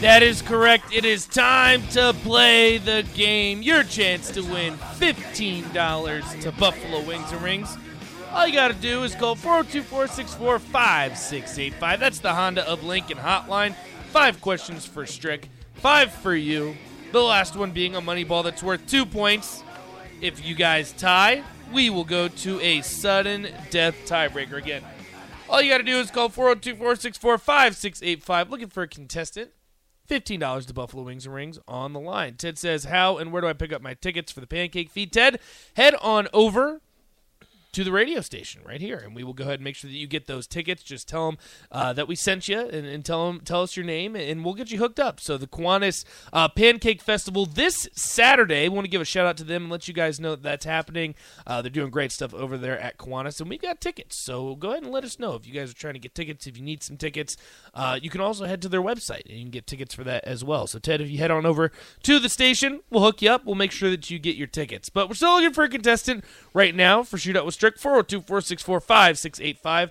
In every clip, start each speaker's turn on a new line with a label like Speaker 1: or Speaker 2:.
Speaker 1: That is correct. It is time to play the game. Your chance to win $15 to Buffalo Wings and Rings. All you got to do is call 402 464 5685. That's the Honda of Lincoln hotline. Five questions for Strick, five for you. The last one being a money ball that's worth two points. If you guys tie, we will go to a sudden death tiebreaker again. All you got to do is call 402 464 5685 looking for a contestant. $15 to Buffalo Wings and Rings on the line. Ted says, How and where do I pick up my tickets for the pancake feed? Ted, head on over to the radio station right here, and we will go ahead and make sure that you get those tickets. Just tell them uh, that we sent you, and, and tell them tell us your name, and we'll get you hooked up. So the Kiwanis uh, Pancake Festival this Saturday. We want to give a shout out to them and let you guys know that that's happening. Uh, they're doing great stuff over there at Kiwanis, and we've got tickets. So go ahead and let us know if you guys are trying to get tickets. If you need some tickets, uh, you can also head to their website and you can get tickets for that as well. So Ted, if you head on over to the station, we'll hook you up. We'll make sure that you get your tickets. But we're still looking for a contestant right now for Shootout with Strick 402 464 5685.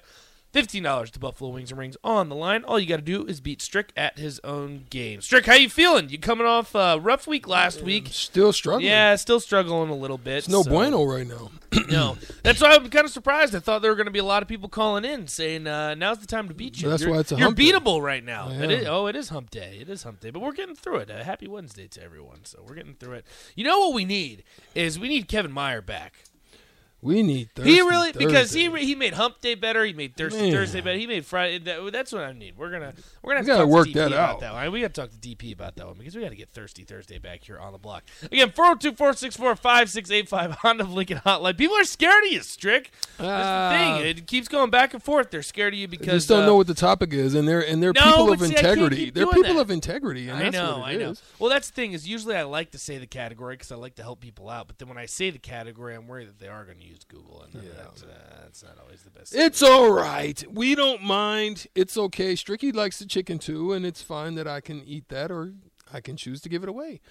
Speaker 1: $15 to Buffalo Wings and Rings on the line. All you got to do is beat Strick at his own game. Strick, how you feeling? You coming off a rough week last week.
Speaker 2: Still struggling.
Speaker 1: Yeah, still struggling a little bit.
Speaker 2: It's no
Speaker 1: so-
Speaker 2: bueno right now.
Speaker 1: No. That's why I'm kind of surprised. I thought there were going to be a lot of people calling in saying, uh, now's the time to beat you.
Speaker 2: That's
Speaker 1: you're,
Speaker 2: why it's a
Speaker 1: You're
Speaker 2: hump day.
Speaker 1: beatable right now.
Speaker 2: I
Speaker 1: It is-
Speaker 2: am.
Speaker 1: oh, it is hump day. It is hump day. But we're getting through it. Uh, happy Wednesday to everyone. So we're getting through it. You know what we need is we need Kevin Meyer back.
Speaker 2: We need Thursday.
Speaker 1: He really because he
Speaker 2: Thursday.
Speaker 1: he made Hump Day better. He made Thursday
Speaker 2: Man.
Speaker 1: Thursday better. He made Friday. That, that's what I need. We're gonna we're gonna have
Speaker 2: We
Speaker 1: to
Speaker 2: gotta
Speaker 1: talk
Speaker 2: work
Speaker 1: to DP
Speaker 2: that
Speaker 1: about
Speaker 2: out.
Speaker 1: that one. We gotta talk to DP about that one because we gotta get Thirsty Thursday back here on the block again. 402-464-5685 Honda of Lincoln Hotline. People are scared of you, Strick. That's the
Speaker 2: Ah.
Speaker 1: thing. It keeps going back and forth. They're scared of you
Speaker 2: They
Speaker 1: because
Speaker 2: just don't
Speaker 1: uh,
Speaker 2: know what the topic is, and they're and they're
Speaker 1: No,
Speaker 2: people
Speaker 1: but
Speaker 2: of
Speaker 1: see, I can't
Speaker 2: integrity.
Speaker 1: keep
Speaker 2: They're
Speaker 1: doing
Speaker 2: people
Speaker 1: that.
Speaker 2: of integrity, and
Speaker 1: I
Speaker 2: that's
Speaker 1: know,
Speaker 2: what
Speaker 1: I
Speaker 2: it
Speaker 1: know.
Speaker 2: is.
Speaker 1: Well, that's the thing is usually I like to say the category because I like to help people out, but then when I say the category, I'm worried that they are going to use Google, and then that's, uh, that's not always the best.
Speaker 2: It's all right. We don't mind. It's okay. Stricky likes the chicken too, and it's fine that I can eat that, or I can choose to give it away.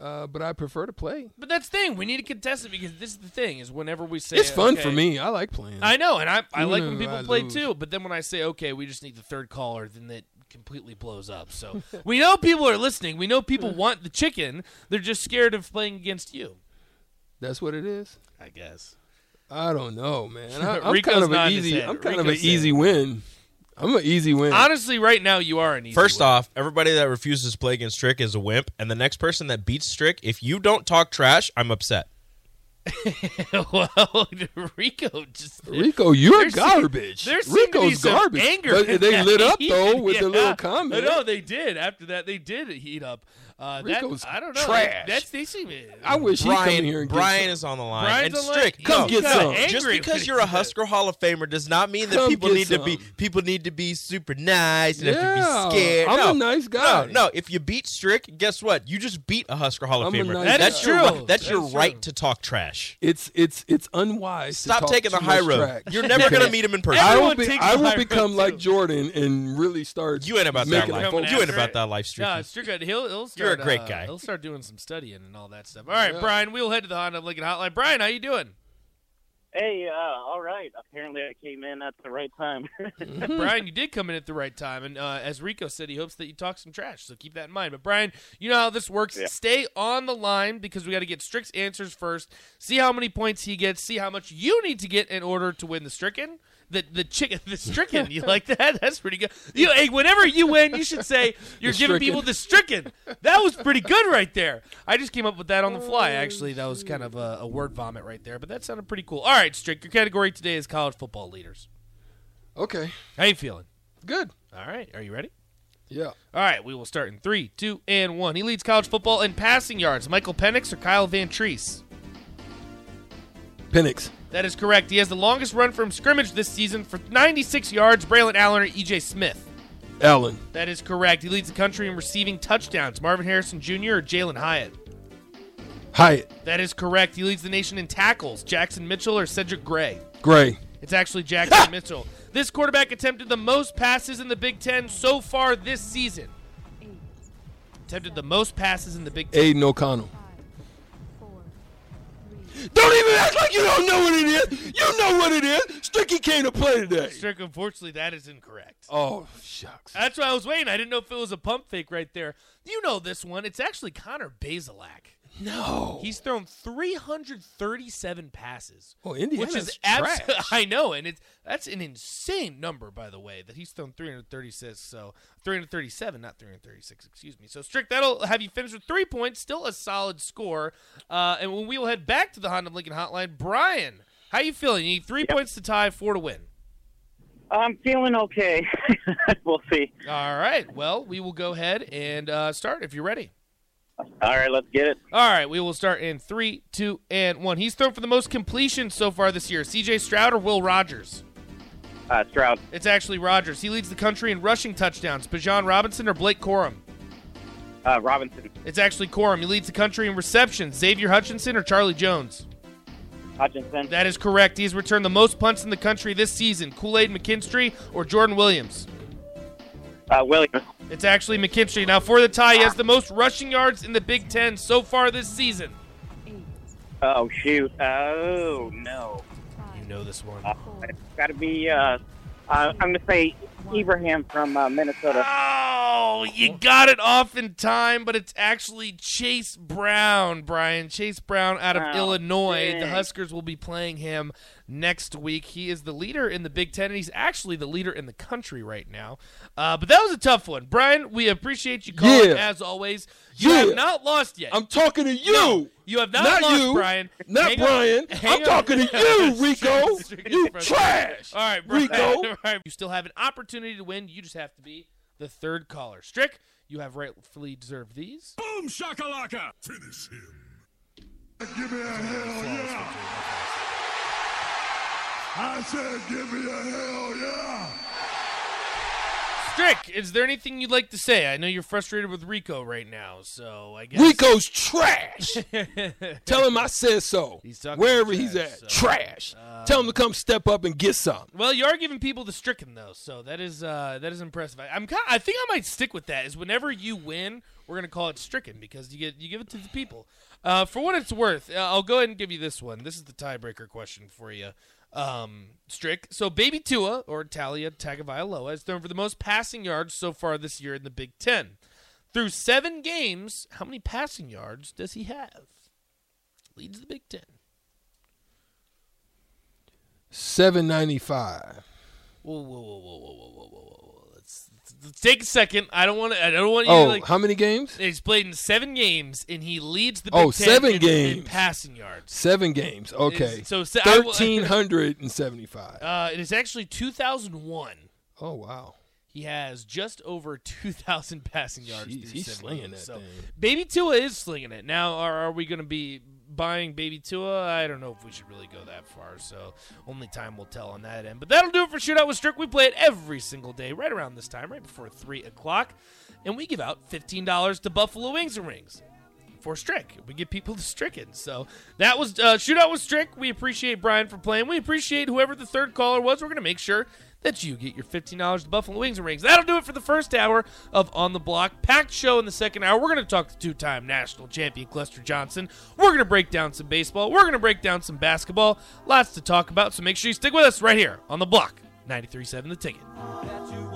Speaker 2: Uh, but I prefer to play.
Speaker 1: But that's the thing. We need to contest it because this is the thing. Is whenever we say
Speaker 2: It's fun
Speaker 1: okay-
Speaker 2: for me. I like playing.
Speaker 1: I know, and I, I like when
Speaker 2: Ooh,
Speaker 1: people
Speaker 2: I
Speaker 1: play
Speaker 2: lose.
Speaker 1: too. But then when I say okay, we just need the third caller, then that completely blows up. So we know people are listening. We know people want the chicken. They're just scared of playing against you.
Speaker 2: That's what it is.
Speaker 1: I guess.
Speaker 2: I don't know, man. I, I'm
Speaker 1: Rico's
Speaker 2: kind of an
Speaker 1: nodding his
Speaker 2: easy.
Speaker 1: head.
Speaker 2: I'm kind of
Speaker 1: Rico's
Speaker 2: an easy
Speaker 1: saying-
Speaker 2: win. I'm an easy win.
Speaker 1: Honestly, right now you are an easy.
Speaker 3: First
Speaker 1: win.
Speaker 3: off, everybody that refuses to play against Strick is a wimp, and the next person that beats Strick, if you don't talk trash, I'm upset.
Speaker 1: well, Rico just
Speaker 2: Rico,
Speaker 1: There
Speaker 2: you're
Speaker 1: seem-
Speaker 2: garbage.
Speaker 1: There seemed to be
Speaker 2: Rico's
Speaker 1: some
Speaker 2: garbage.
Speaker 1: Anger
Speaker 2: But
Speaker 1: in
Speaker 2: they
Speaker 1: that
Speaker 2: lit up
Speaker 1: heat.
Speaker 2: though with
Speaker 1: Yeah.
Speaker 2: their little comment.
Speaker 1: No, they did. After that, they did heat up. Uh, that,
Speaker 2: Rico's
Speaker 1: I don't know.
Speaker 2: trash.
Speaker 1: That's they seem.
Speaker 2: I wish he'd come
Speaker 3: Brian,
Speaker 2: here and
Speaker 3: Brian
Speaker 2: get
Speaker 3: is on the line.
Speaker 1: Brian's
Speaker 3: and
Speaker 1: on the line.
Speaker 3: Strick,
Speaker 1: He
Speaker 2: Come
Speaker 3: no,
Speaker 2: get
Speaker 3: no,
Speaker 2: some.
Speaker 3: Just
Speaker 1: Angry when
Speaker 3: because
Speaker 1: he
Speaker 3: you're a
Speaker 1: said that.
Speaker 3: Husker Hall of Famer does not mean that
Speaker 2: Come
Speaker 3: people
Speaker 2: get
Speaker 3: need to be
Speaker 2: some.
Speaker 3: people need to be super nice and have
Speaker 2: Yeah,
Speaker 3: to be scared.
Speaker 2: I'm
Speaker 3: no,
Speaker 2: a nice guy.
Speaker 3: No, no. If you beat Strick, guess what? You just beat a Husker Hall of
Speaker 2: I'm a
Speaker 3: Famer.
Speaker 2: nice That
Speaker 3: that's
Speaker 2: is
Speaker 3: your
Speaker 1: true.
Speaker 3: ri- that's
Speaker 1: That
Speaker 3: your
Speaker 1: is
Speaker 3: right
Speaker 1: true.
Speaker 3: to talk trash.
Speaker 2: It's it's it's unwise. to
Speaker 3: Stop
Speaker 2: talk
Speaker 3: taking
Speaker 2: too
Speaker 3: the high
Speaker 2: much
Speaker 3: road.
Speaker 2: track.
Speaker 3: You're never
Speaker 2: Okay.
Speaker 3: gonna meet him in person.
Speaker 2: I will
Speaker 1: Everyone
Speaker 2: be.
Speaker 1: takes the high
Speaker 2: I will
Speaker 1: road,
Speaker 2: become
Speaker 1: too.
Speaker 2: like Jordan and really start.
Speaker 3: You ain't about that
Speaker 2: making
Speaker 3: life.
Speaker 2: folks-
Speaker 3: You ain't
Speaker 1: after
Speaker 3: about
Speaker 1: it.
Speaker 3: that life, Strick.
Speaker 1: No, it's good. He'll, he'll start,
Speaker 3: You're a great
Speaker 1: uh,
Speaker 3: guy.
Speaker 1: He'll start doing some studying and all that stuff. All right,
Speaker 2: Yeah.
Speaker 1: Brian, we'll head to the Honda of Lincoln Hotline. Brian, how you doing?
Speaker 4: Hey, uh, all right. Apparently, I came in at the right time.
Speaker 2: Hmm.
Speaker 1: Brian, you did come in at the right time, and uh, as Rico said, he hopes that you talk some trash. So keep that in mind. But Brian, you know how this works.
Speaker 4: Yeah.
Speaker 1: Stay on the line because we got to get Strick's answers first. See how many points he gets. See how much you need to get in order to win the Stricken. The the chicken the Stricken. You like that? That's pretty good. You, hey, whenever you win, you should say you're
Speaker 2: The
Speaker 1: giving
Speaker 2: Stricken.
Speaker 1: people the Stricken. That was pretty good right there. I just came up with that on the fly. Actually, that was kind of a, a word vomit right there, but that sounded pretty cool. All right, Strick, your category today is college football leaders.
Speaker 2: Okay.
Speaker 1: How you feeling?
Speaker 2: Good.
Speaker 1: All right, are you ready?
Speaker 2: Yeah.
Speaker 1: All right, we will start in three, two, and one. He leads college football in passing yards. Michael Penix or Kyle Van Treese?
Speaker 2: Penix.
Speaker 1: That is correct. He has the longest run from scrimmage this season for 96 yards. Braylon Allen or EJ Smith?
Speaker 2: Allen.
Speaker 1: That is correct. He leads the country in receiving touchdowns. Marvin Harrison Jr. or Jalen Hyatt?
Speaker 2: Hyatt,
Speaker 1: That is correct. He leads the nation in tackles. Jackson Mitchell or Cedric Gray?
Speaker 2: Gray,
Speaker 1: It's actually Jackson Mitchell. This quarterback attempted the most passes in the Big Ten so far this season. Attempted the most passes in the Big Ten.
Speaker 2: Aiden O'Connell. Don't even act like you don't know what it is. You know what it is. Stricky came to play today.
Speaker 1: Strick, unfortunately, that is incorrect.
Speaker 2: Oh shucks.
Speaker 1: That's why I was waiting. I didn't know if it was a pump fake right there. You know this one. It's actually Connor Bazelak.
Speaker 2: No.
Speaker 1: He's thrown 337 passes.
Speaker 2: Well, Indiana's
Speaker 1: which is
Speaker 2: trash.
Speaker 1: absolutely I know, and it's that's an insane number, by the way, that he's thrown 336. So 337, not 336. Excuse me. So strict. That'll have you finish with three points. Still a solid score. Uh, and when we will head back to the Honda Lincoln Hotline, Brian, how you feeling? You need three points to tie, four to win.
Speaker 4: I'm feeling okay. we'll see.
Speaker 1: All right. Well, we will go ahead and uh, start if you're ready.
Speaker 4: All right, let's get it.
Speaker 1: All right, we will start in three, two, and one. He's thrown for the most completions so far this year. C.J. Stroud or Will Rogers?
Speaker 4: Uh, Stroud,
Speaker 1: It's actually Rogers. He leads the country in rushing touchdowns. Bajan Robinson or Blake Corum?
Speaker 4: uh, Robinson,
Speaker 1: It's actually Corum. He leads the country in receptions. Xavier Hutchinson or Charlie Jones?
Speaker 4: Hutchinson,
Speaker 1: That is correct. He's returned the most punts in the country this season. Kool Aid McKinstry or Jordan Williams?
Speaker 4: uh, Williams,
Speaker 1: It's actually McKinstry. Now for the tie, he has the most rushing yards in the Big Ten so far this season.
Speaker 4: Oh shoot! Oh no!
Speaker 1: You know this one.
Speaker 4: Uh, it's got to be. Uh, uh, I'm gonna say Ibrahim from uh, Minnesota.
Speaker 1: Oh, you got it off in time, but it's actually Chase Brown, Brian. Chase Brown out of
Speaker 4: Oh,
Speaker 1: Illinois. The
Speaker 4: dang.
Speaker 1: Huskers will be playing him next week. He is the leader in the Big Ten, and he's actually the leader in the country right now. Uh, but that was a tough one. Brian, we appreciate you calling,
Speaker 2: Yeah.
Speaker 1: as always. You have
Speaker 2: Yeah.
Speaker 1: not lost yet.
Speaker 2: I'm talking to you.
Speaker 1: you have not,
Speaker 2: not
Speaker 1: lost,
Speaker 2: you,
Speaker 1: Brian.
Speaker 2: not
Speaker 1: Hang on.
Speaker 2: Brian.
Speaker 1: Hang
Speaker 2: I'm
Speaker 1: on.
Speaker 2: talking to you,
Speaker 1: Stricken-
Speaker 2: Rico.
Speaker 1: stricken
Speaker 2: You
Speaker 1: from-
Speaker 2: trash.
Speaker 1: All right, Brian.
Speaker 2: Rico.
Speaker 1: All right. You still have an opportunity to win. You just have to be the third caller. Strick, you have rightfully deserved these.
Speaker 5: Boom shakalaka! Finish him.
Speaker 6: Give me a hell yeah! I said, give me a hell yeah!
Speaker 1: Strick, is there anything you'd like to say? I know you're frustrated with Rico right now, so I guess
Speaker 2: Rico's trash. Tell him I said so.
Speaker 1: He's talking
Speaker 2: Wherever
Speaker 1: trash,
Speaker 2: he's at,
Speaker 1: so- Uh,
Speaker 2: trash. Tell him to come step up and get some.
Speaker 1: Well, you are giving people the stricken though, so that is uh, that is impressive. I, I'm kind I think I might stick with that. Is whenever you win, we're gonna call it stricken because you get you give it to the people. Uh, for what it's worth, uh, I'll go ahead and give you this one. This is the tiebreaker question for you, um, Strick. So, Baby Tua or Talia Tagovailoa has thrown for the most passing yards so far this year in the Big Ten. Through seven games, how many passing yards does he have? Leads the Big Ten.
Speaker 2: Seven ninety five.
Speaker 1: Whoa, whoa, whoa, whoa, whoa, whoa, whoa, whoa, whoa! Let's, let's take a second. I don't want to. I don't want you. to,
Speaker 2: Oh,
Speaker 1: like,
Speaker 2: how many games?
Speaker 1: he's played in seven games, and he leads the Big
Speaker 2: Oh,
Speaker 1: Ten
Speaker 2: seven
Speaker 1: in, in
Speaker 2: games.
Speaker 1: passing yards.
Speaker 2: Seven games. Okay.
Speaker 1: It's- so se- I will-
Speaker 2: thirteen hundred and seventy five.
Speaker 1: Uh, it is actually 2001.
Speaker 2: Oh wow.
Speaker 1: He has just over 2,000 passing yards.
Speaker 2: Jeez,
Speaker 1: through
Speaker 2: he's
Speaker 1: seven
Speaker 2: slinging
Speaker 1: games.
Speaker 2: that
Speaker 1: so
Speaker 2: thing.
Speaker 1: Baby Tua is slinging it. Now, are, are we going to be buying Baby Tua? I don't know if we should really go that far. So only time will tell on that end. But that'll do it for Shootout with Strick. We play it every single day, right around this time, right before three o'clock, and we give out $15 to Buffalo Wings and Rings. for Strick. We get people to Stricken. So that was uh, Shootout with Strick. We appreciate Brian for playing. We appreciate whoever the third caller was. We're going to make sure that you get your $15 to Buffalo Wings and Rings. That'll do it for the first hour of On the Block. Packed show in the second hour. We're going to talk to two time national champion Cluster Johnson. We're going to break down some baseball. We're going to break down some basketball. Lots to talk about. So make sure you stick with us right here on the block. 93.7 The Ticket.
Speaker 7: that you